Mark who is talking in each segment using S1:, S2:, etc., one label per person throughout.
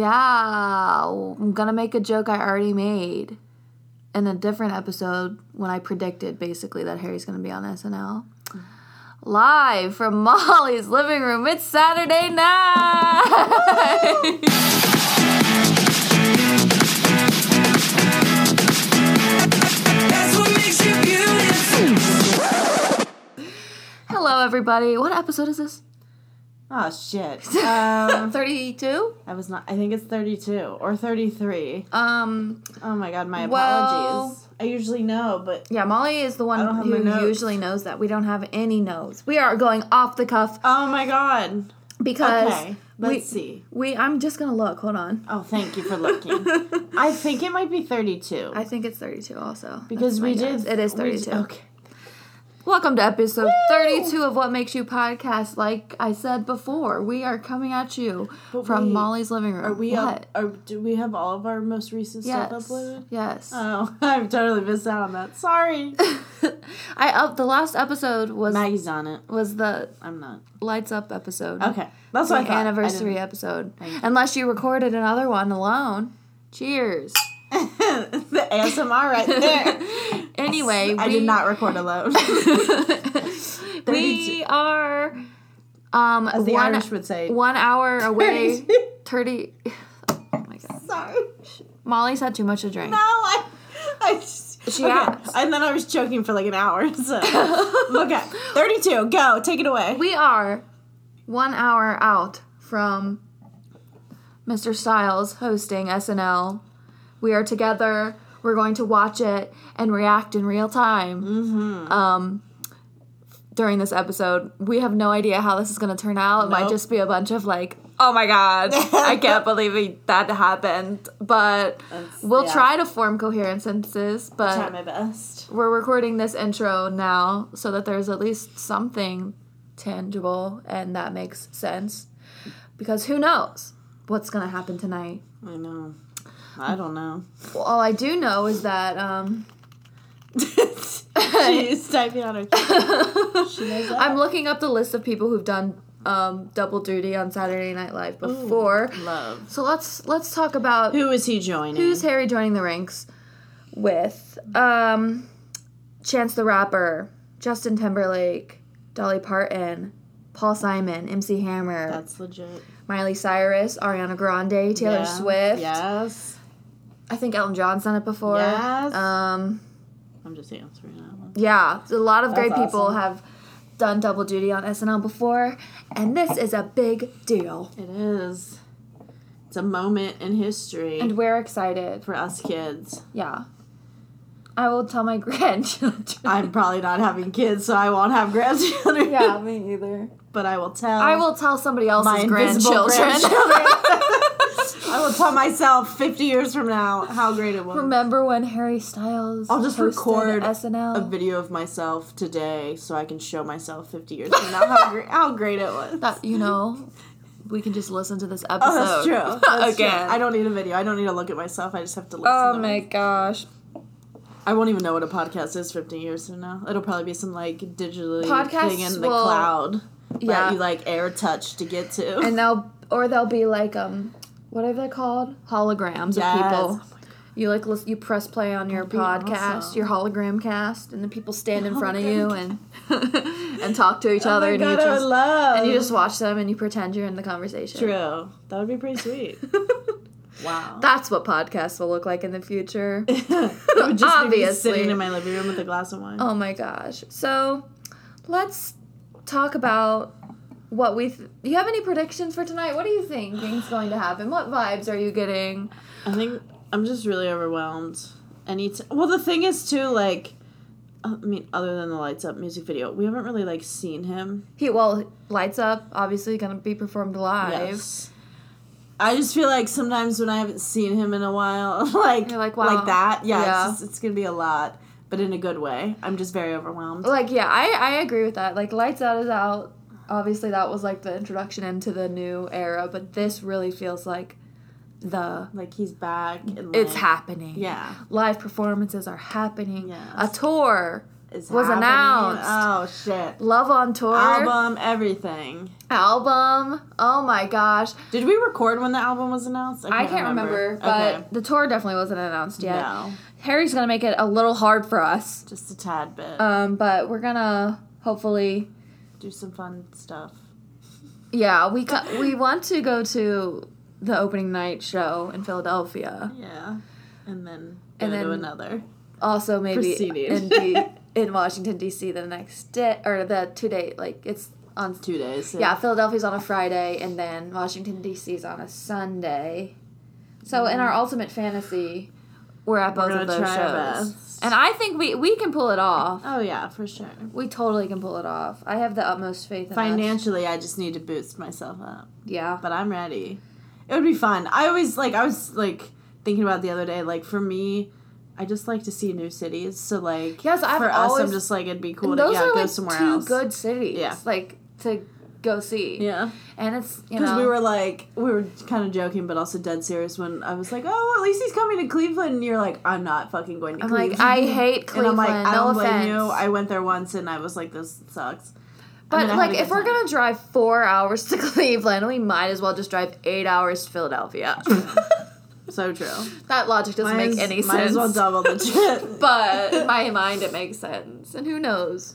S1: Yeah, I'm gonna make a joke I already made in a different episode when I predicted basically that Harry's gonna be on SNL. Live from Molly's living room, it's Saturday night!
S2: That's what makes you beautiful.
S1: Hello, everybody. What episode is this?
S3: Oh shit. Um,
S1: 32?
S3: I was not. I think it's thirty-two or thirty-three.
S1: Um,
S3: Oh my god, my
S1: Well-
S3: apologies. I usually know, but
S1: yeah, Molly is the one
S3: don't have my
S1: who
S3: notes.
S1: usually knows that. We don't have any notes. We are going off the cuff
S3: oh my god.
S1: because
S3: Okay, let's
S1: we,
S3: see.
S1: we I'm just gonna look. Hold on.
S3: Oh, thank you for looking. I think it might be thirty-two
S1: I think it's 32 also.
S3: because
S1: That's my
S3: we
S1: guess.
S3: did.
S1: It is
S3: we
S1: 32.
S3: did- okay.
S1: Welcome to episode 32 of What Makes You Podcast. Like I said before, we are coming at you
S3: But
S1: from
S3: wait,
S1: Molly's living room.
S3: Are we
S1: what?
S3: up? Are, do we have all of our most recent
S1: yes.
S3: stuff uploaded?
S1: Yes.
S3: Oh, I've totally missed out on that. Sorry.
S1: I up the last episode was
S3: Maggie's on it.
S1: was the
S3: I'm not.
S1: lights up episode.
S3: Okay, that's
S1: The
S3: what I thought. I
S1: anniversary
S3: didn't-
S1: episode.
S3: Thank you.
S1: Unless you recorded another one alone. Cheers.
S3: the ASMR right there.
S1: Anyway,
S3: I
S1: we,
S3: did not record alone.
S1: we are um
S3: As the
S1: one,
S3: Irish would say.
S1: one hour away. 30 Oh my god.
S3: Sorry.
S1: Molly's had too much to drink.
S3: No, I, I just.
S1: She
S3: okay.
S1: asked.
S3: And then I was choking for like an hour. So. okay. 32. Go. Take it away.
S1: We are one hour out from Mr. Styles hosting SNL. We are together. We're going to watch it and react in real time. Mm-hmm. Um, during this episode, we have no idea how this is going to turn out. It might
S3: Nope.
S1: just be a bunch of like, "Oh my god, I can't believe he- that happened." But
S3: That's-
S1: we'll
S3: Uh, yeah.
S1: try to form coherent sentences. But
S3: Try my best.
S1: we're recording this intro now so that there's at least something tangible and that makes sense because who knows what's going to happen tonight
S3: I know. I don't know.
S1: well, all i do know is that um,
S3: She's typing on her. she knows that.
S1: i'm looking up the list of people who've done um, double duty on saturday night live before
S3: Love.
S1: so let's let's talk about
S3: Who is he joining?
S1: who's harry joining the ranks with um, chance the rapper justin timberlake dolly parton paul simon mc hammer
S3: That's legit.
S1: Miley Cyrus, Ariana Grande, Taylor
S3: Yeah.
S1: Swift.
S3: Yes.
S1: I think Elton John's done it before.
S3: Yes.
S1: Um,
S3: I'm just answering that one.
S1: yeah, a lot of great
S3: That's
S1: people
S3: awesome.
S1: have done double duty on SNL before, and this is a big deal.
S3: It is. It's a moment in history
S1: And we're excited.
S3: for us kids.
S1: Yeah. I will tell my grandchildren.
S3: I'm probably not having kids, so I won't have grandchildren.
S1: me either.
S3: But I will tell.
S1: I will tell somebody else's
S3: my invisible
S1: grandchildren.
S3: grandchildren. I will tell myself 50 years from now how great it was.
S1: Remember when Harry Styles
S3: I'll just
S1: hosted
S3: record
S1: SNL?
S3: A video of myself today so I can show myself 50 years from now how, gre- how great it was.
S1: that you know, we can just listen to this episode.
S3: oh, that's true. That's true.
S1: Again.
S3: I don't need a video. I don't need to look at myself. I just have to listen.
S1: Oh
S3: to
S1: my
S3: it.
S1: gosh.
S3: I won't even know what a podcast is 50 years from now. It'll probably be some like digitally
S1: Podcasts
S3: thing in the
S1: will-
S3: cloud
S1: Yeah.
S3: that you like air touch to get to.
S1: and they'll or they'll be like um what are they called holograms
S3: Yes. Oh
S1: of people you like lis- you press play on your
S3: be
S1: podcast
S3: awesome.
S1: your hologram cast and the people stand in front of you and and talk to each other and, you
S3: Oh I would
S1: Oh, just,
S3: love.
S1: and you just watch them and you pretend you're in the conversation
S3: true. That would be pretty sweet. wow.
S1: that's what podcasts will look like in the future
S3: it would just be me
S1: Obviously.
S3: sitting in my living room with a glass of wine.
S1: oh my gosh so let's talk about what we th- do you have any predictions for tonight what do you think thing's going to happen what vibes are you getting
S3: I think I'm just really overwhelmed. Any t- well, the thing is too like, uh, I mean, other than the lights up music video, we haven't really like seen him.
S1: He well lights up. Obviously, gonna be performed live.
S3: Yes. I just feel like sometimes when I haven't seen him in a while, like
S1: You're like, wow.
S3: like that, yeah,
S1: Yeah.
S3: It's, just, it's gonna be a lot, but in a good way. I'm just very overwhelmed.
S1: Like yeah, I I agree with that. Like lights out is out. Obviously, that was like the introduction into the new era, but this really feels like the
S3: Like he's back. And,
S1: it's
S3: like-
S1: happening.
S3: Yeah.
S1: live performances are happening.
S3: Yes.
S1: A tour
S3: is
S1: Was
S3: happening.
S1: announced.
S3: Oh shit!
S1: Love on Tour
S3: Album, everything.
S1: Album. Oh my gosh.
S3: Did we record when the album was announced?
S1: I can't remember, but the tour definitely wasn't announced
S3: Okay.
S1: yet.
S3: no,
S1: Harry's gonna make it a little hard for us,
S3: just a tad bit.
S1: um, but we're gonna hopefully.
S3: Do some fun stuff.
S1: Yeah, we co- we want to go to the opening night show in Philadelphia.
S3: Yeah, and then
S1: And
S3: and then
S1: then-
S3: another.
S1: Also, maybe
S3: Proceeding.
S1: in D- in Washington D.C. the next day or the two day like it's on.
S3: Two days.
S1: Yeah, Philadelphia's on a Friday, and then Washington D.C.'s on a Sunday. So in our ultimate fantasy, we're at both
S3: Mm. We're
S1: of
S3: gonna
S1: those
S3: try our
S1: shows,
S3: best.
S1: and I think we we can pull it off.
S3: Oh yeah, for sure.
S1: We totally can pull it off. I have the utmost faith in us.
S3: Financially, I just need to boost myself up,
S1: Yeah.
S3: but I'm ready. It would be fun. I always like. I was like thinking about it the other day. Like for me, I just like to see new cities. So like,
S1: Yes, I've
S3: for us, I'm
S1: always-
S3: just like it'd be cool
S1: And
S3: to
S1: those
S3: yeah,
S1: are
S3: go
S1: like
S3: somewhere
S1: two
S3: else.
S1: good cities.
S3: Yeah.
S1: Like to go see.
S3: Yeah,
S1: And it's you
S3: because
S1: know
S3: we were like we were kind of joking, but also dead serious when I was like, "Oh, at least he's coming to Cleveland." And you're like, "I'm not fucking going to."
S1: I'm
S3: Cleveland.
S1: like, I hate Cleveland.
S3: And I'm like, I
S1: no
S3: don't
S1: offense.
S3: blame you. I went there once and I was like, this sucks. I
S1: but
S3: mean, I had
S1: like
S3: a
S1: if
S3: good
S1: we're
S3: time.
S1: gonna drive four hours to Cleveland, we might as well just drive eight hours to Philadelphia.
S3: So true.
S1: that logic doesn't
S3: Might as-
S1: make any sense.
S3: Might as well double the trip.
S1: but in my mind it makes sense. And who knows?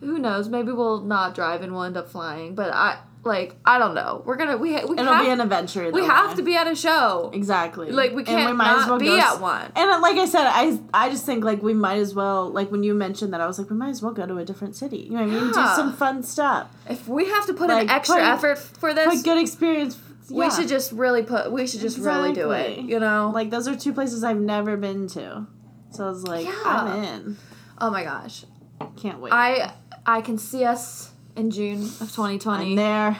S1: Who knows? Maybe we'll not drive and we'll end up flying. But I like I don't know. We're gonna we ha- we
S3: It'll
S1: have
S3: be an adventure.
S1: we
S3: though,
S1: have
S3: yeah.
S1: to be at a show.
S3: Exactly.
S1: Like, we
S3: And
S1: can't not be
S3: go
S1: at
S3: s-
S1: one.
S3: And uh, like I said, I I just think like we might as well like when you mentioned that I was like we might as well go to a different city. You know what I mean? Do
S1: Yeah.
S3: some fun stuff.
S1: If we have to put
S3: Like,
S1: an extra
S3: put-
S1: effort for this,
S3: Like good experience.
S1: we
S3: Yeah.
S1: should just really put we should just really do it.
S3: Exactly.
S1: You know?
S3: like those are two places I've never been to. So I was like,
S1: Yeah.
S3: I'm in.
S1: oh my gosh.
S3: Can't wait.
S1: I I can see us in June of twenty
S3: I'm
S1: twenty
S3: there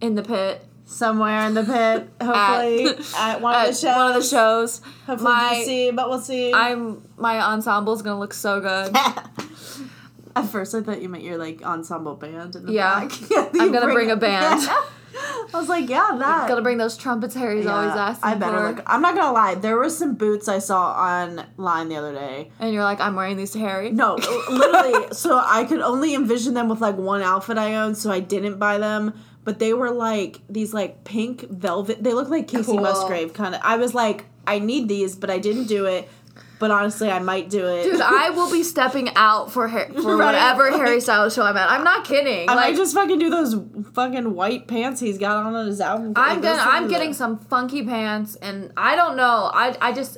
S1: in the pit.
S3: somewhere in the pit. Hopefully at, one of
S1: at
S3: the shows.
S1: One of the shows.
S3: Hopefully
S1: My-
S3: DC, but we'll see.
S1: I'm my ensemble's gonna look so good.
S3: At first, I thought you meant your like ensemble band. In the
S1: Yeah.
S3: back.
S1: I'm gonna bring a band.
S3: I was like, yeah, that.
S1: Gonna bring those trumpets Harry's
S3: Yeah,
S1: always asking
S3: I better
S1: for.
S3: look. I'm not gonna lie. There were some boots I saw online the other day.
S1: And you're like, I'm wearing these to Harry.
S3: No, literally. so I could only envision them with like one outfit I owned, so I didn't buy them. But they were like these like pink velvet. They look like Casey
S1: Cool.
S3: Musgrave kind of. I was like, I need these, but I didn't do it. But honestly, I might do it.
S1: Dude, I will be stepping out for Har- for
S3: Right?
S1: whatever
S3: Like-
S1: Harry Styles show I'm at. I'm not kidding.
S3: I
S1: like
S3: might just fucking do those fucking white pants he's got on on his
S1: I'm
S3: album. Like,
S1: gonna
S3: those
S1: I'm
S3: things
S1: getting
S3: are-
S1: some funky pants and I don't know. I I just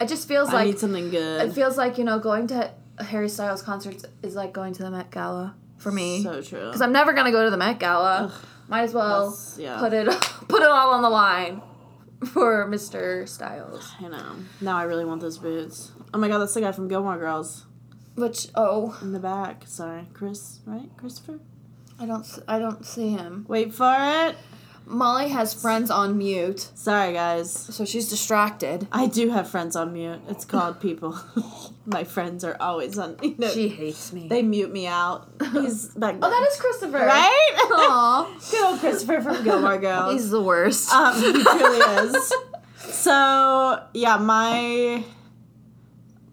S1: it just feels
S3: I
S1: like
S3: need something
S1: it
S3: good.
S1: feels like, you know, going to Harry Styles concerts is like going to the Met Gala for me.
S3: So true.
S1: Cuz I'm never going to go to the Met Gala. Might as well
S3: That's- yeah.
S1: put it put it all on the line for Mr. Styles.
S3: I know. Now I really want those boots. Oh my god, that's the guy from Gilmore Girls
S1: Which oh,
S3: in the back. Sorry, Chris. Right, Christopher.
S1: I don't s- I don't see him.
S3: Wait for it.
S1: Molly has friends on mute,
S3: Sorry, guys.
S1: so she's distracted.
S3: I do have friends on mute. It's called people. my friends are always on. You know,
S1: She hates me.
S3: they mute me out. He's back.
S1: oh, that is Christopher.
S3: right.
S1: Aw.
S3: Good old Christopher from Gilmore Girls.
S1: He's the worst.
S3: Um, he truly is. So yeah, my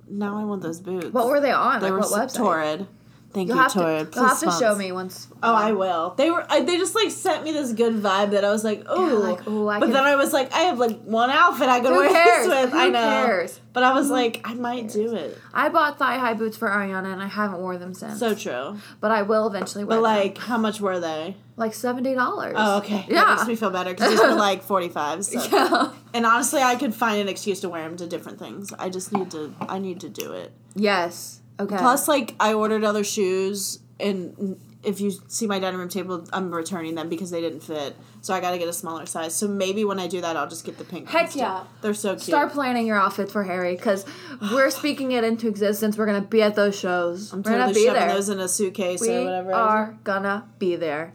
S3: now I want those boots.
S1: what were they on?
S3: they
S1: like
S3: were
S1: what
S3: so-
S1: website?
S3: Torrid. Thank
S1: You'll
S3: you,
S1: have
S3: Torrid.
S1: to, you'll have
S3: Please
S1: to show
S3: sponsor.
S1: me once.
S3: Oh, I will. They were. I, they just like sent me this good vibe that I was like, ooh.
S1: like, ooh, I
S3: but
S1: can-
S3: then I was like, I have like one outfit I could
S1: Who
S3: wear
S1: cares?
S3: this with.
S1: Who
S3: I know.
S1: cares?
S3: But I was like, I might do it.
S1: I bought thigh high boots for Ariana and I haven't wore them since.
S3: So true.
S1: but I will eventually wear
S3: But
S1: them.
S3: like, how much were they?
S1: like seventy dollars.
S3: Oh, okay.
S1: Yeah.
S3: That makes me feel better because these were like forty five. So.
S1: Yeah.
S3: And honestly, I could find an excuse to wear them to different things. I just need to. I need to do it.
S1: Yes. Okay.
S3: Plus, like I ordered other shoes, and if you see my dining room table, I'm returning them because they didn't fit. So I got to get a smaller size. So maybe when I do that, I'll just get the pink.
S1: Heck
S3: ones too.
S1: yeah.
S3: they're so cute.
S1: Start planning your outfits for Harry because we're speaking it into existence. We're gonna be at those shows.
S3: I'm
S1: we're
S3: totally
S1: gonna be
S3: shoving
S1: there.
S3: those in a suitcase
S1: we
S3: or whatever.
S1: are gonna be there.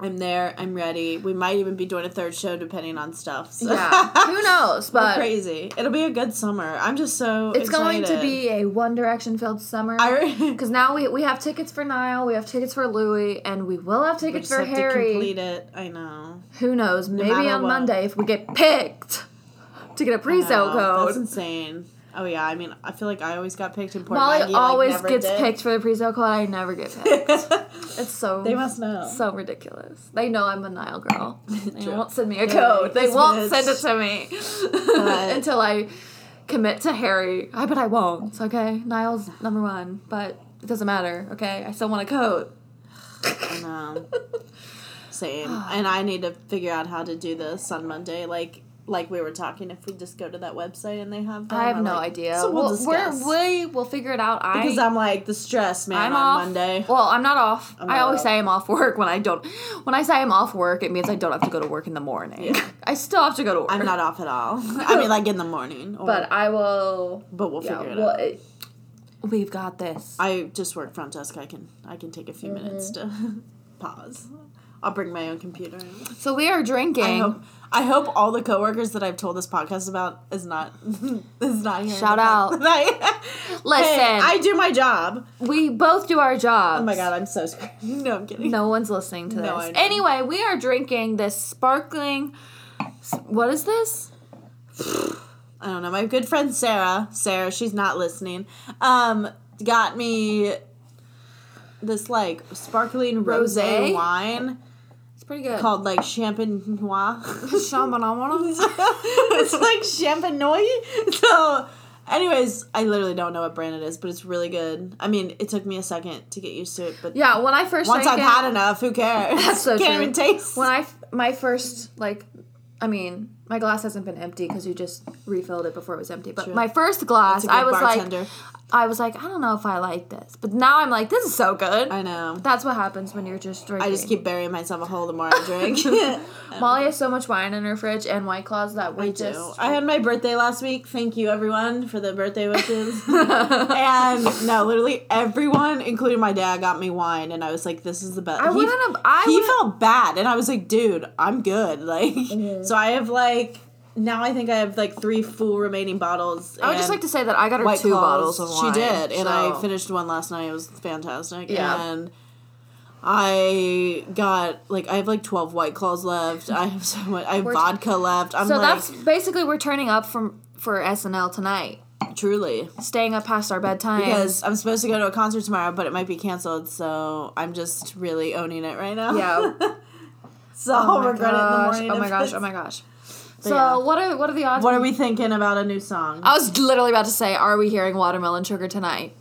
S3: I'm there. I'm ready. We might even be doing a third show depending on stuff. So.
S1: yeah. Who knows? But
S3: crazy. It'll be a good summer. I'm just so.
S1: it's going to
S3: excited.
S1: be a One Direction filled summer.
S3: I
S1: Because now we we have tickets for Niall, we have tickets for Louis, and we will have tickets
S3: just
S1: for
S3: have to
S1: Harry.
S3: complete it. I know.
S1: Who knows? Maybe
S3: matter
S1: on
S3: what.
S1: Monday if we get picked to get a pre-sale
S3: Wow, That's
S1: code.
S3: insane. Oh yeah, I mean, I feel like I always got picked in Port
S1: Molly
S3: Maggie, like,
S1: always
S3: never
S1: gets
S3: did.
S1: picked for the pre-sale call. I never get picked. it's so
S3: They must know.
S1: so ridiculous. They know I'm a Nile girl. They
S3: True.
S1: won't send me a
S3: They're
S1: code.
S3: like,
S1: they
S3: "This
S1: won't
S3: bitch."
S1: send it to me
S3: But-
S1: until I commit to Harry. I bet I won't. It's okay. Nile's number one, but it doesn't matter. Okay, I still want a code.
S3: I know. Same. And I need to figure out how to do this on Monday, like like we were talking. If we just go to that website and they have, them,
S1: I have
S3: or,
S1: no
S3: like-
S1: idea.
S3: So we'll
S1: We'll- we're-
S3: discuss.
S1: we will figure it out. I
S3: because I'm like the stress man
S1: I'm
S3: on
S1: off.
S3: Monday.
S1: Well, I'm not off.
S3: I'm
S1: I
S3: not
S1: always
S3: off.
S1: say I'm off work when I don't. When I say I'm off work, it means I don't have to go to work in the morning.
S3: Yeah.
S1: I still have to go to work.
S3: I'm not off at all. I mean, like in the morning. Or,
S1: But I will.
S3: but we'll
S1: Yeah,
S3: figure it
S1: well,
S3: out.
S1: it- we've got this.
S3: I just work front desk. I can I can take a few minutes to
S1: Mm-hmm.
S3: pause. I'll bring my own computer.
S1: So we are
S3: I
S1: drinking.
S3: hope, I hope all the coworkers that I've told this podcast about is not is not here.
S1: Shout out. Listen,
S3: I do my job.
S1: we both do our jobs.
S3: Oh my god, I'm so screwed. No, I'm kidding.
S1: No one's listening to this.
S3: No, I know.
S1: anyway, we are drinking this sparkling. s- What is this?
S3: I don't know. My good friend Sarah, Sarah, she's not listening. Um, got me this like sparkling rose
S1: Rosé?
S3: wine
S1: It's pretty good.
S3: called like Champenois.
S1: Champenois.
S3: it's like champenois. So, anyways, I literally don't know what brand it is, but it's really good. I mean, it took me a second to get used to it, but
S1: Yeah, when I first
S3: once
S1: drank
S3: I've
S1: it-
S3: had enough, who cares?
S1: That's so
S3: Can't
S1: true.
S3: even taste.
S1: When I f- my first like, I mean, my glass hasn't been empty because you just refilled it before it was empty. But
S3: True.
S1: my first glass,
S3: That's a
S1: I
S3: good
S1: was
S3: bartender.
S1: like, I was like, I don't know if I like this, but now I'm like, this is so good.
S3: I know.
S1: That's what happens when you're just drinking.
S3: I just keep burying myself a hole the more I drink.
S1: Molly has so much wine in her fridge and white claws that we
S3: I
S1: just.
S3: do. I had my birthday last week. Thank you, everyone, for the birthday wishes. and no, literally everyone, including my dad, got me wine, and I was like, "This is the best."
S1: I
S3: He-
S1: wouldn't have. I
S3: he
S1: wouldn't-
S3: felt bad and i was like dude i'm good like so i have like now i think i have like three full remaining bottles
S1: I would just
S3: and
S1: like to say that I got her
S3: White
S1: two
S3: Claws.
S1: bottles of wine.
S3: she did and i
S1: so-
S3: finished one last night it was fantastic
S1: Yeah.
S3: and I got like I have like twelve white claws left. I have so much. I have
S1: We're-
S3: vodka left. I'm
S1: So
S3: like
S1: that's basically we're turning up from for SNL tonight,
S3: truly
S1: staying up past our bedtime
S3: because I'm supposed to go to a concert tomorrow, but it might be canceled. So I'm just really owning it right now.
S1: yeah.
S3: so I'll
S1: gosh.
S3: regret it in the morning.
S1: Oh my
S3: if
S1: gosh!
S3: it's-
S1: Oh my gosh! So
S3: yeah.
S1: what are what are the odds?
S3: What are we thinking about a new song?
S1: I was literally about to say, are we hearing watermelon sugar tonight?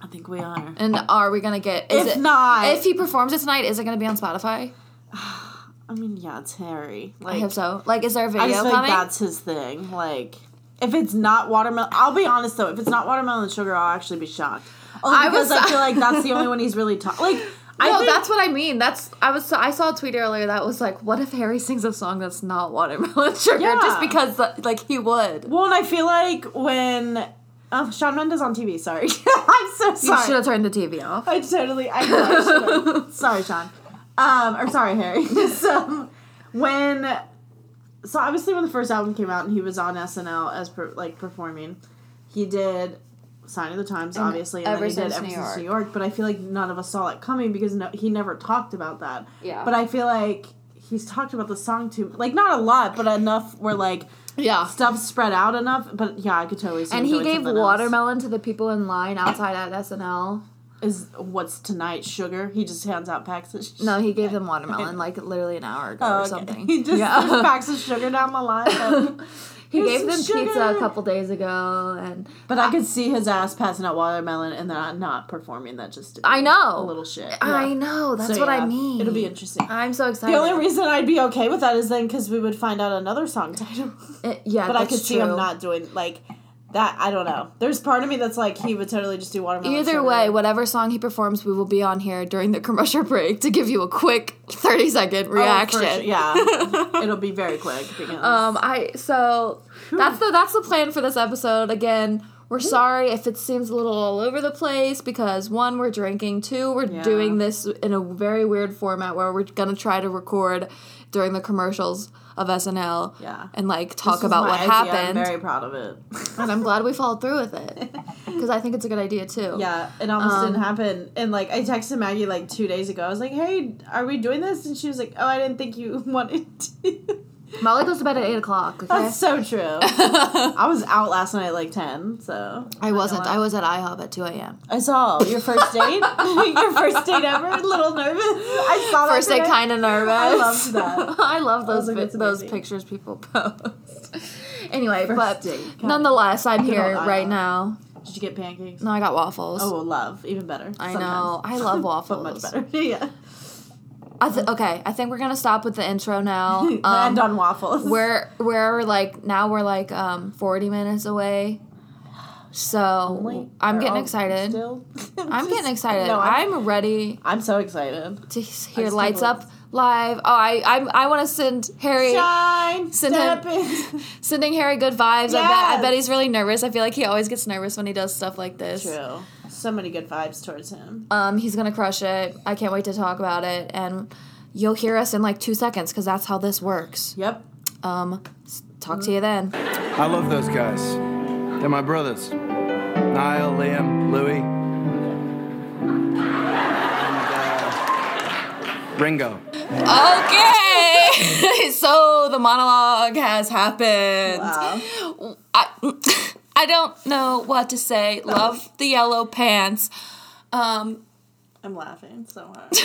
S3: I think we are.
S1: And are we gonna get? Is
S3: If
S1: it,
S3: not-
S1: if he performs it tonight, is it gonna be on Spotify?
S3: I mean, yeah, it's Harry. Like,
S1: I hope so. Like, is there a video
S3: I just feel like
S1: coming?
S3: that's his thing. Like, if it's not watermelon, I'll be honest though. If it's not watermelon and sugar, I'll actually be shocked. Only
S1: I
S3: because
S1: was-
S3: I feel like that's the only one he's really talking. Like, I
S1: no,
S3: think-
S1: that's what I mean. That's I was I saw a tweet earlier that was like, what if Harry sings a song that's not watermelon sugar?
S3: Yeah.
S1: Just because like he would.
S3: well, and I feel like when oh, Sean Mendes on TV. Sorry, I'm so
S1: You should
S3: sorry.
S1: have turned the TV off.
S3: I totally. I know. I should've. sorry, Sean. Um, or sorry, Harry. so when so obviously when the first album came out and he was on SNL as per, like performing, he did Sign of the Times obviously, and
S1: Ever
S3: then he did
S1: Since
S3: Ever
S1: New
S3: Since
S1: York.
S3: New York. But I feel like none of us saw it coming because no, he never talked about that.
S1: Yeah.
S3: But I feel like he's talked about the song too, like not a lot, but enough where like
S1: Yeah.
S3: stuff spread out enough. But yeah, I could totally see.
S1: And
S3: him
S1: he
S3: doing
S1: gave
S3: something else.
S1: watermelon to the people in line outside at SNL.
S3: Is what's tonight? Sugar. He just hands out packs of.
S1: No, he gave them watermelon like literally an hour ago
S3: Oh,
S1: or
S3: okay.
S1: something.
S3: He just
S1: Yeah.
S3: there's packs of sugar down the line. but-
S1: He
S3: Here's
S1: gave them
S3: some
S1: pizza a
S3: sugar.
S1: couple days ago, and
S3: But I could see his ass passing out watermelon and not not performing. That just
S1: I know.
S3: a little shit.
S1: I
S3: Yeah.
S1: know that's
S3: So,
S1: what I
S3: yeah,
S1: mean.
S3: It'll be interesting.
S1: I'm so excited.
S3: the only reason I'd be okay with that is then because we would find out another song title.
S1: It- yeah,
S3: But I
S1: that's
S3: could see
S1: true.
S3: him not doing like that. I don't know. There's part of me that's like he would totally just do watermelon.
S1: Either
S3: sugar.
S1: way, whatever song he performs, we will be on here during the commercial break to give you a quick 30 second
S3: Oh, for
S1: reaction.
S3: sure. Yeah, it'll be very quick. Because
S1: Um, I so that's the that's the plan for this episode. Again, we're sorry if it seems a little all over the place because one, we're drinking. Two, we're
S3: Yeah.
S1: doing this in a very weird format where we're gonna try to record during the commercials of SNL.
S3: Yeah.
S1: and like
S3: this
S1: talk
S3: was
S1: about
S3: my
S1: what
S3: idea.
S1: happened.
S3: I'm very proud of it.
S1: and I'm glad we followed through with it because I think it's a good idea too.
S3: Yeah, it almost
S1: Um,
S3: didn't happen. And like I texted Maggie like two days ago. I was like, "Hey, are we doing this?" And she was like, "Oh, I didn't think you wanted to."
S1: Molly goes to bed at eight o'clock. Okay?
S3: That's so true. I was out last night at like 10, so.
S1: I wasn't. I was at IHOP at two a.m.
S3: I saw your first date. your first date ever. A little nervous. I saw that
S1: First day,
S3: today.
S1: kind of nervous.
S3: Oh, I loved that.
S1: I love those
S3: like,
S1: vi-
S3: that's
S1: those
S3: amazing.
S1: pictures people post. anyway, but
S3: date, kinda.
S1: nonetheless, I'm
S3: Good
S1: here
S3: old
S1: right
S3: IHOP.
S1: now.
S3: Did you get pancakes?
S1: No, I got waffles.
S3: Oh, love. Even better.
S1: I
S3: Sometimes.
S1: know. I love
S3: But
S1: waffles.
S3: much better. yeah.
S1: I th- okay, I think we're gonna stop with the intro now.
S3: And
S1: Um,
S3: on waffles.
S1: we're we're like now we're like um 40 minutes away. So
S3: Wait,
S1: I'm
S3: they're
S1: getting
S3: all
S1: excited.
S3: Still?
S1: I'm getting excited.
S3: No, I'm,
S1: I'm ready.
S3: I'm so excited.
S1: to hear
S3: still
S1: lights
S3: believe
S1: up live. Oh, I I, I want to send Harry
S3: Shine,
S1: Send
S3: step
S1: him-
S3: in.
S1: sending Harry good vibes. I bet I
S3: Yes.
S1: bet he's really nervous. I feel like he always gets nervous when he does stuff like this.
S3: True. So many good vibes towards him.
S1: Um, he's gonna crush it. I can't wait to talk about it, and you'll hear us in like two seconds because that's how this works.
S3: Yep.
S1: Um, s- talk to you
S3: Mm.
S1: then.
S4: I love those guys. They're my brothers. Niall, Liam, Louis. And, uh, Ringo.
S1: Okay, so the monologue has happened.
S3: Wow.
S1: I, I don't know what to say. Love the yellow pants. Um,
S3: I'm laughing so hard.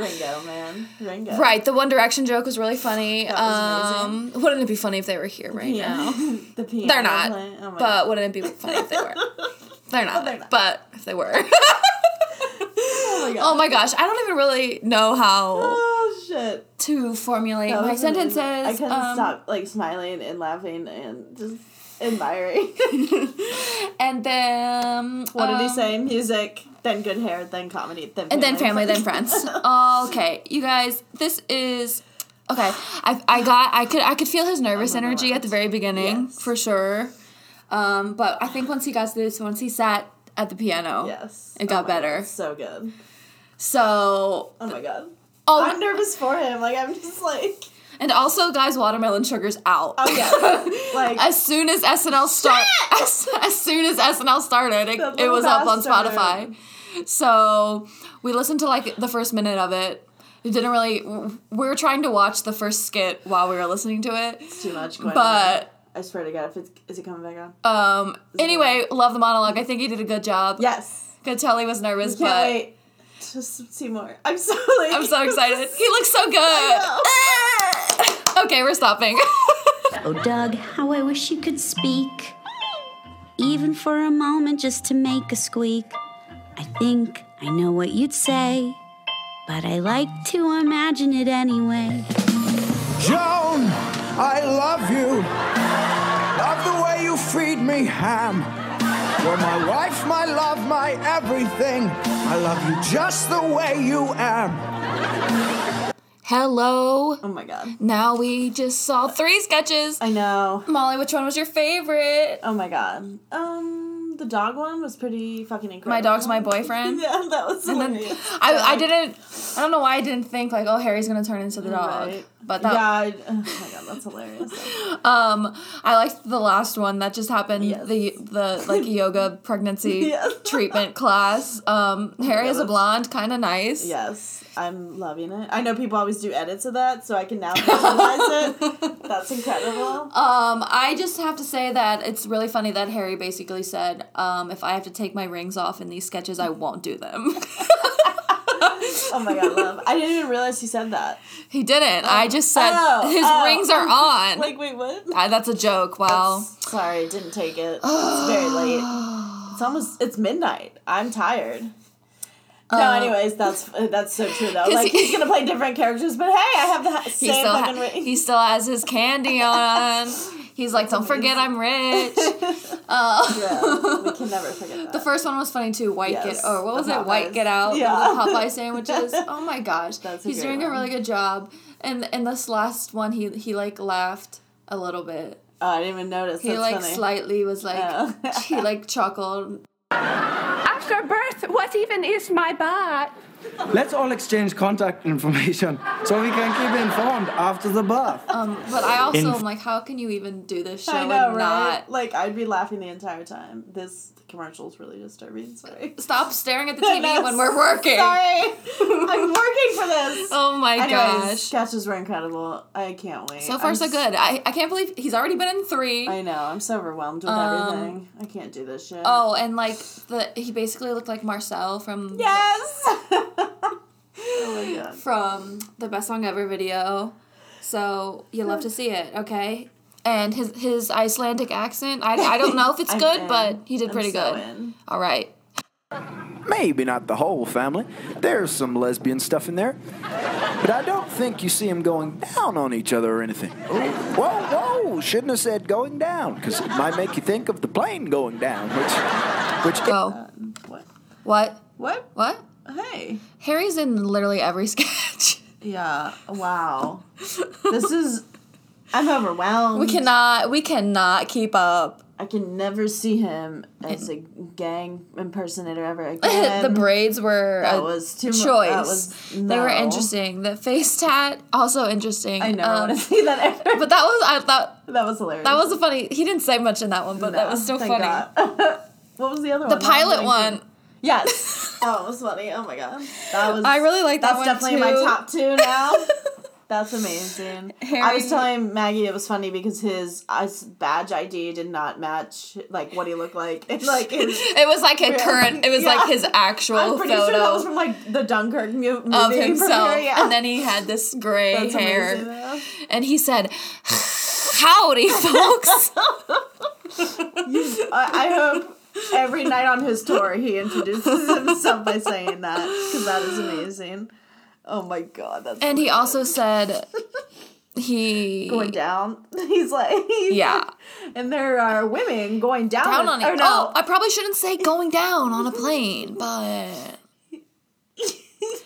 S3: Ringo, man. Ringo.
S1: Right, the One Direction joke was really funny.
S3: was
S1: um, wouldn't it be funny if they were here right
S3: Yeah.
S1: now?
S3: the piano.
S1: They're not,
S3: playing. Oh my
S1: but wouldn't it be funny if they were? They're not,
S3: they're not.
S1: but if they were.
S3: God.
S1: oh my gosh, I don't even really know how
S3: Oh shit.
S1: to formulate
S3: That
S1: my
S3: was amazing.
S1: sentences.
S3: I couldn't
S1: um,
S3: stop like smiling and laughing and just admiring.
S1: And then
S3: what did he
S1: um,
S3: say? Music, then good hair, then comedy, then
S1: And then family, then friends. okay, you guys, this is okay. I, I got I could I could feel his nervous
S3: I'm
S1: energy at the very beginning
S3: Yes.
S1: for sure. Um, but I think once he got to this, once he sat at the piano,
S3: Yes. Oh
S1: it got
S3: my God,
S1: better.
S3: So good.
S1: So
S3: Oh my god.
S1: oh,
S3: I'm nervous for him. Like I'm just like
S1: and also, guys, watermelon sugar's out.
S3: oh yeah. Like
S1: As soon as SNL start, as, as soon as SNL started, it,
S3: That
S1: it was up on
S3: little
S1: Spotify.
S3: bastard.
S1: So we listened to like the first minute of it. It didn't really. We were trying to watch the first skit while we were listening to it,
S3: too much going on.
S1: but
S3: I swear to God, if it's is it coming back on?
S1: um. Anyway, love the monologue. I think he did a good job.
S3: yes.
S1: could tell he was nervous,
S3: Can't
S1: but
S3: wait. Just see more. I'm so like
S1: I'm so excited. Ah! He looks so good. okay, we're stopping.
S5: Oh, Doug, how I wish you could speak. Even for a moment, just to make a squeak. I think I know what you'd say, but I like to imagine it anyway.
S6: Joan, I love you. Love the way you feed me ham. You're my wife, my love, my everything. I love you just the way you am.
S1: Hello.
S3: Oh my god.
S1: Now we just saw three sketches.
S3: I know.
S1: Molly, which one was your favorite?
S3: Oh my god. Um, the dog one was pretty fucking incredible.
S1: My dog's my boyfriend.
S3: Yeah, that was hilarious.
S1: I, I didn't. I don't know why I didn't think like, oh, Harry's gonna turn into the dog.
S3: Right.
S1: But that,
S3: yeah, I, oh my god, that's hilarious.
S1: um, I liked the last one that just happened.
S3: Yes.
S1: The the like yoga pregnancy
S3: Yes. Oh
S1: treatment class. Um, Harry is a
S3: that's-
S1: blonde, kind of nice.
S3: yes, I'm loving it. I know people always do edits of that, so I can now visualize it. That's incredible.
S1: Um, I just have to say that it's really funny that Harry basically said, um, if I have to take my rings off in these sketches, I won't do them.
S3: oh my god, love. I didn't even realize he said that.
S1: he didn't. I just said
S3: Oh,
S1: his
S3: oh.
S1: rings are on.
S3: Like, wait, what?
S1: I, that's a joke. Wow.
S3: Oh, Sorry, didn't take it. It's very late. It's almost it's midnight. I'm tired. No,
S1: uh,
S3: anyways, that's that's so true though. Like
S1: he-
S3: he's gonna play different characters, but hey, I have the ha-
S1: he
S3: same
S1: still
S3: fucking
S1: ha-
S3: ring.
S1: he still has his candy on. He's like, don't forget I'm rich. Uh,
S3: Yeah, we can never forget
S1: the
S3: that.
S1: first one was funny too. White
S3: Yes,
S1: get or what
S3: the
S1: was it? White
S3: Popeyes.
S1: get out.
S3: Yeah.
S1: The Popeye sandwiches. Oh my gosh,
S3: That's a
S1: he's
S3: great
S1: doing a
S3: one.
S1: really good job. And and this last one, he he like laughed a little bit.
S3: oh, I didn't even notice.
S1: He
S3: That's
S1: like
S3: funny.
S1: slightly was like
S3: Oh.
S1: he like chuckled.
S7: After birth, what even is my body?
S4: Let's all exchange contact information so we can keep informed after the birth.
S1: But I also
S4: In-
S1: am like, how can you even do this show
S3: I know,
S1: and
S3: right?
S1: not
S3: Like I'd be laughing the entire time. This commercial is really disturbing. Sorry.
S1: stop staring at the TV
S3: No,
S1: when we're working?
S3: Sorry, I'm working for this.
S1: Oh my
S3: Anyways,
S1: gosh.
S3: sketches were incredible. I can't wait.
S1: So far,
S3: I'm
S1: so
S3: s-
S1: good. I, I can't believe he's already been in three.
S3: I know. I'm so overwhelmed with everything. I can't do this shit.
S1: Um, Oh, and like the he basically looked like Marcel from
S3: yes. oh my god.
S1: from the best song ever video. So you love to see it, okay? And his his Icelandic accent, I, I don't know if it's
S3: I'm
S1: good,
S3: in.
S1: but he did
S3: I'm
S1: pretty
S3: so
S1: good.
S3: in.
S1: All right.
S6: Maybe not the whole family. There's some lesbian stuff in there. But I don't think you see them going down on each other or anything. Ooh, whoa, whoa, shouldn't have said going down, because it might make you think of the plane going down, which, which
S1: Go.
S3: What?
S1: What?
S3: What?
S1: What?
S3: Hey.
S1: Harry's in literally every sketch.
S3: Yeah. Wow. this is. I'm overwhelmed.
S1: We cannot we cannot keep up.
S3: I can never see him as a gang impersonator ever again.
S1: the braids were
S3: That
S1: a
S3: was too mu-
S1: choice.
S3: that was-
S1: They were
S3: no.
S1: interesting. The face tat also interesting.
S3: I never
S1: Um,
S3: want to see that ever.
S1: but that was I thought
S3: that was hilarious.
S1: that was a funny. He didn't say much in that one, but that was so funny.
S3: what was the
S1: The
S3: other one? Now I'm
S1: pilot
S3: blanking.
S1: one.
S3: Yes. that was funny. Oh my god. That was.
S1: I really like that
S3: That's
S1: one
S3: definitely
S1: too.
S3: my top two now. That's amazing. I was telling Maggie it was funny because his his badge ID did not match like what he looked like. And, like his,
S1: It was like a current. It was like
S3: Yeah.
S1: his actual
S3: I'm pretty
S1: photo
S3: sure that was from like the Dunkirk mu- movie
S1: of himself,
S3: premiere, yeah.
S1: and then he had this gray
S3: That's
S1: hair,
S3: amazing, though.
S1: and he said, "Howdy, folks."
S3: I, I hope every night on his tour he introduces himself by saying that because that is amazing. Oh my god, that's
S1: and he also said, "He
S3: going down. He's like,
S1: yeah."
S3: And there are women going down,
S1: Down
S3: with-
S1: on
S3: or
S1: it.
S3: no,
S1: Oh, I probably shouldn't say going down on a plane, but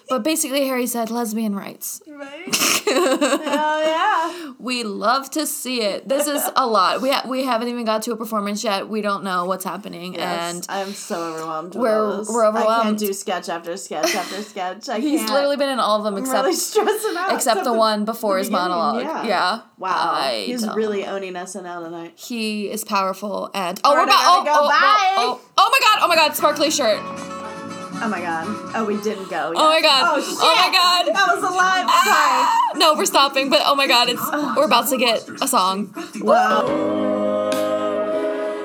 S1: but basically Harry said lesbian rights.
S3: right? oh
S1: We love to see it. This is a lot. We ha- we haven't even got to a performance yet. We don't know what's happening,
S3: yeah. Yes,
S1: and
S3: I'm so overwhelmed.
S1: We're-
S3: with all this.
S1: we're
S3: I
S1: overwhelmed.
S3: can't do sketch after sketch after sketch. I
S1: He's
S3: can't.
S1: literally been in all of them
S3: I'm
S1: except
S3: really stressing out.
S1: except the one before
S3: the
S1: his
S3: beginning,
S1: monologue.
S3: yeah.
S1: Yeah.
S3: Wow,
S1: I
S3: he's
S1: don't-
S3: really owning SNL tonight.
S1: He is powerful and oh, we're
S3: We're
S1: about oh,
S3: gonna go,
S1: oh,
S3: bye.
S1: oh, oh, oh my god! Oh my god! Sparkly shirt.
S3: Oh my god. Oh, we didn't go.
S1: Oh my
S3: yet.
S1: god!
S3: Oh,
S1: Oh,
S3: shit.
S1: my god! Ah.
S3: That was a live sign.
S1: No, we're stopping. But oh my god, it's we're about to get a song.
S3: Wow.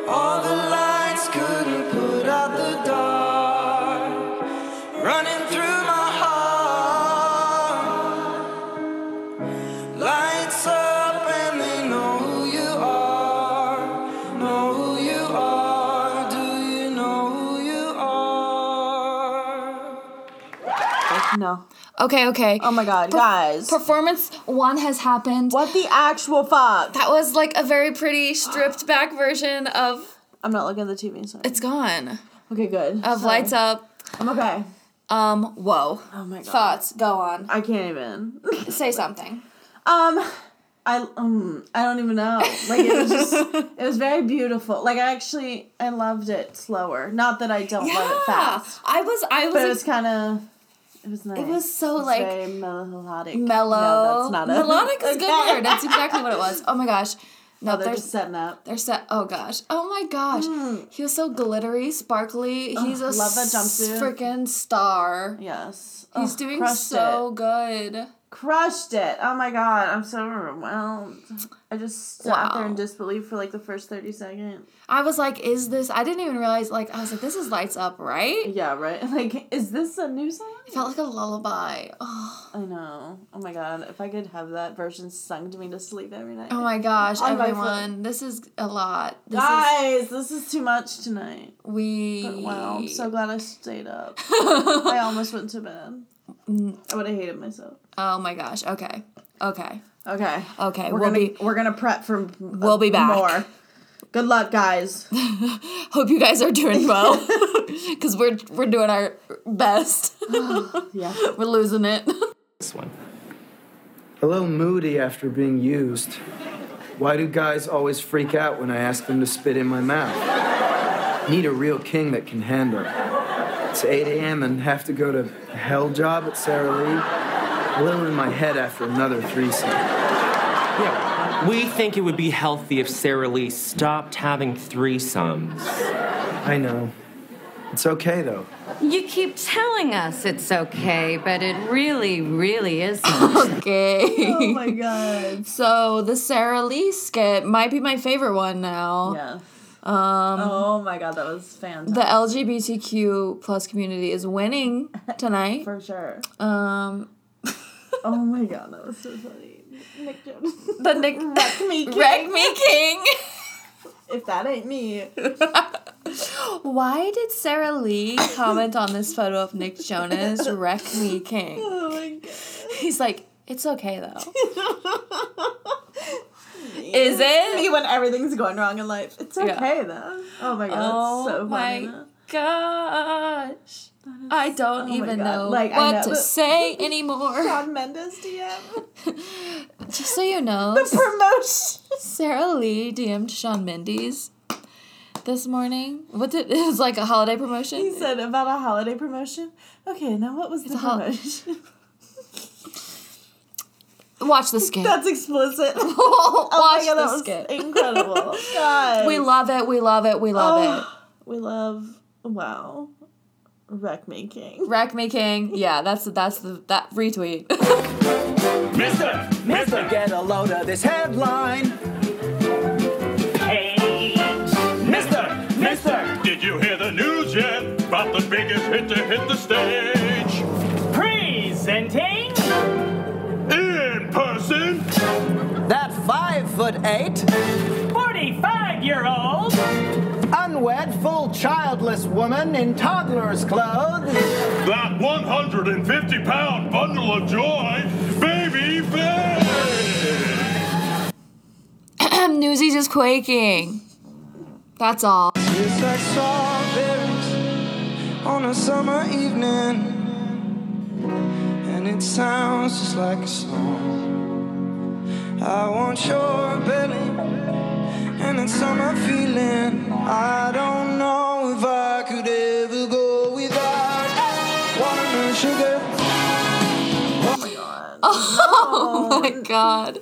S2: All the lights couldn't put out the dark running through my heart. Lights up and they know who you are. Know who you are. Do you know who you are?
S3: No.
S1: Okay, okay.
S3: Oh my god, guys.
S1: Performance one has happened.
S3: what the actual fuck?
S1: That was like a very pretty stripped back version of
S3: I'm not looking at the TV, sorry.
S1: "It's Gone"
S3: Okay, good.
S1: of
S3: Sorry.
S1: Lights Up.
S3: I'm okay.
S1: Um, whoa.
S3: Oh my god.
S1: Thoughts? Go on.
S3: I can't even.
S1: Say something.
S3: Um, I um, I don't even know. Like it was just, it was very beautiful. Like I actually, I loved it slower. Not that I don't love it fast,
S1: I was. I was.
S3: but it was kind of. It was nice.
S1: it was so
S3: It's
S1: like
S3: very melodic.
S1: mellow.
S3: No, that's not a
S1: Melodic is a good word. That's exactly what it was. Oh my gosh. No,
S3: They're
S1: there's
S3: just setting up.
S1: there's that. Oh gosh. Oh my gosh. He was so glittery, sparkly. He's a
S3: love that jumpsuit.
S1: freaking star.
S3: Yes.
S1: He's
S3: Ugh,
S1: doing
S3: crushed
S1: so
S3: it.
S1: good.
S3: crushed it. Oh my god, I'm so overwhelmed. I just sat there in
S1: Wow.
S3: disbelief for like the first thirty seconds.
S1: I was like, is this? I didn't even realize. Like, I was like, this is lights up, right?
S3: Yeah, right. Like, is this a new song?
S1: It felt like a lullaby. Oh,
S3: I know. Oh my god, if I could have that version sung to me to sleep every night.
S1: oh my gosh,
S3: On my foot.
S1: everyone, this is a lot. This is
S3: Guys, this is too much tonight.
S1: we.
S3: Wow, I'm so glad I stayed up. I almost went to bed. I would have hated myself.
S1: oh my gosh. Okay. Okay.
S3: Okay,
S1: Okay.
S3: we're
S1: we'll
S3: gonna
S1: be.
S3: we're gonna prep for
S1: We'll be back.
S3: more. Good luck, guys.
S1: Hope you guys are doing well, because we're we're doing our best.
S3: Yeah.
S1: we're losing it.
S4: This one. A little moody after being used. Why do guys always freak out when I ask them to spit in my mouth? Need a real king that can handle. it. It's 8 a.m. and have to go to hell job at Sarah Lee. A little in my head after another threesome.
S7: Yeah, we think it would be healthy if Sarah Lee stopped having threesomes.
S4: I know. It's okay though.
S8: You keep telling us it's okay, but it really, really isn't.
S1: Okay.
S3: Oh my god.
S1: So the Sarah Lee skit might be my favorite one now.
S3: Yeah. Um. Oh my god, that was fantastic.
S1: The LGBTQ plus community is winning tonight.
S3: for sure.
S1: Um,
S3: Oh my god, that was so funny. Nick Jonas.
S1: the Nick
S3: Wreck me, kid.
S1: Reg Me King.
S3: If that ain't me.
S1: Why did Sarah Lee comment on this photo of Nick Jonas wreck me king?
S3: Oh my god.
S1: He's like, it's okay though. Is it?
S3: Me when everything's going wrong in life. It's okay
S1: Yeah.
S3: though. Oh my god,
S1: Oh
S3: that's so funny.
S1: my gosh. I don't
S3: oh my
S1: even
S3: God.
S1: know
S3: Like, I
S1: what
S3: know.
S1: to say anymore.
S3: John Mendes DM.
S1: Just so you know,
S3: Promotion.
S1: Sarah Lee DM'd Sean Mendes this morning. What did it was like a holiday promotion?
S3: He said about a holiday promotion. Okay, now what was the
S1: a hol-
S3: promotion?
S1: Watch the skit.
S3: that's explicit. Oh
S1: Watch
S3: my god,
S1: the
S3: that was
S1: skit.
S3: incredible. God.
S1: We love it. We love it. We love it.
S3: We love wow. Wreck making.
S1: Rack making. Yeah, that's that's the that retweet.
S4: Mister, get a load of this headline.
S9: Mister, Mister,
S10: Did you hear the news yet? About the biggest hit to hit the stage.
S9: presenting
S10: In person.
S6: That five foot eight,
S9: 45 year old
S6: unwed, full childless woman in toddler's clothes.
S10: That 150 pound bundle of joy. Baby Faye.
S1: Newsies is quaking. That's all.
S2: Tastes like strawberries on a summer evening. And it sounds just like a song. I want your belly and that summer feeling. I don't know if I could ever go without watermelon sugar.
S1: Oh my god.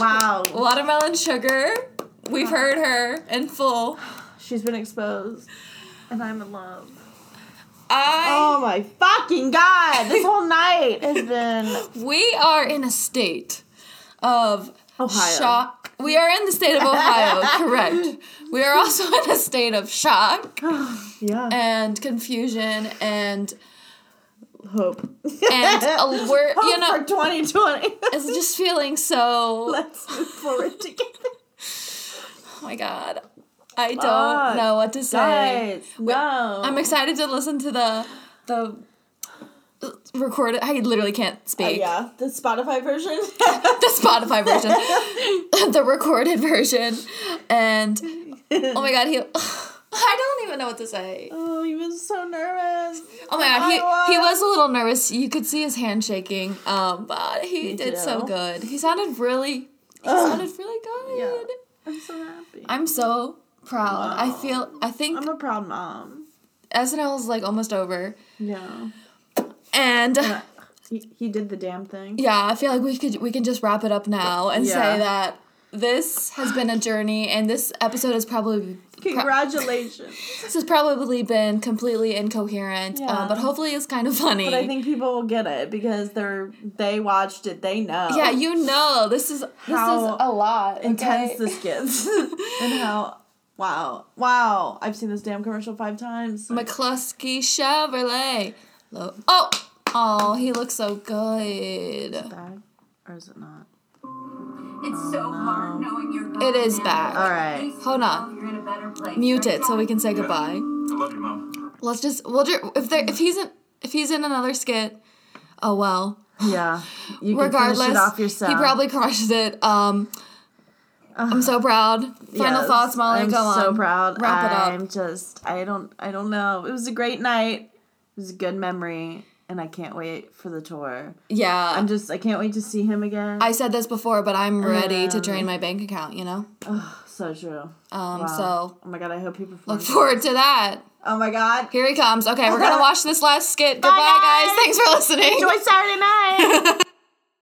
S3: Wow.
S1: Watermelon sugar. We've heard her in full.
S3: She's been exposed. And I'm in love.
S1: I
S3: Oh my fucking god! This whole night has been
S1: we are in a state of
S3: Ohio.
S1: shock. We are in the state of Ohio, correct. We are also in a state of shock
S3: yeah.
S1: and confusion and
S3: Hope.
S1: and a, we're
S3: Hope
S1: you know
S3: for 2020.
S1: it's just feeling so
S3: Let's move forward together.
S1: Oh my god. I don't
S3: Fuck.
S1: know what to say.
S3: Guys, no.
S1: I'm excited to listen to the the recorded. I literally can't
S3: Oh,
S1: speak.
S3: yeah, the Spotify version.
S1: The Spotify version, the recorded version, and oh my god, he. I don't even know what to say.
S3: oh, he was so nervous.
S1: Oh my god, he,
S3: Iowa.
S1: he was a little nervous. You could see his hand shaking, um, but he did so
S3: too.
S1: good. He sounded really, he sounded really good.
S3: I'm so happy.
S1: I'm so proud. I feel. I think
S3: I'm a proud mom.
S1: SNL is like almost over,
S3: Yeah.
S1: and.
S3: He, he did the damn thing.
S1: yeah, I feel like we could we can just wrap it up now and
S3: Yeah.
S1: say that this has been a journey, and this episode has probably
S3: Congratulations.
S1: this has probably been completely incoherent,
S3: Yeah.
S1: um, but hopefully it's kind of funny.
S3: but I think people will get it because they're they watched it. They know.
S1: yeah, you know, this is this
S3: How
S1: is a lot
S3: intense
S1: okay?
S3: this gets and how wow wow I've seen this damn commercial five times.
S1: McCluskey Chevrolet. Lo- oh, oh, he looks so good.
S3: Bag? Or is it not?
S8: It's so hard knowing you're
S1: It is back.
S3: All right.
S1: Hold on,
S8: You're in a better place.
S1: mute it so we can say goodbye.
S10: I love you, Mom.
S1: Let's just we'll ju- if there if he's in if he's in another skit. Oh well.
S3: Yeah. You can
S1: regardless
S3: finish it off yourself.
S1: he probably crushed it um i'm so proud final
S3: Uh-huh. Yes,
S1: thoughts molly
S3: I'm
S1: go on
S3: so proud.
S1: wrap it up
S3: I'm just I don't I don't know. It was a great night. It was a good memory and I can't wait for the tour.
S1: yeah
S3: I'm just I can't wait to see him again.
S1: i said this before but i'm ready to drain my bank account you know
S3: So true.
S1: Um,
S3: Wow.
S1: so
S3: Oh my god, I hope he
S1: look
S3: performs.
S1: forward to that.
S3: Oh my god.
S1: Here he comes. Okay, we're gonna watch this last skit. Goodbye, guys. Thanks for listening.
S3: Enjoy Saturday night.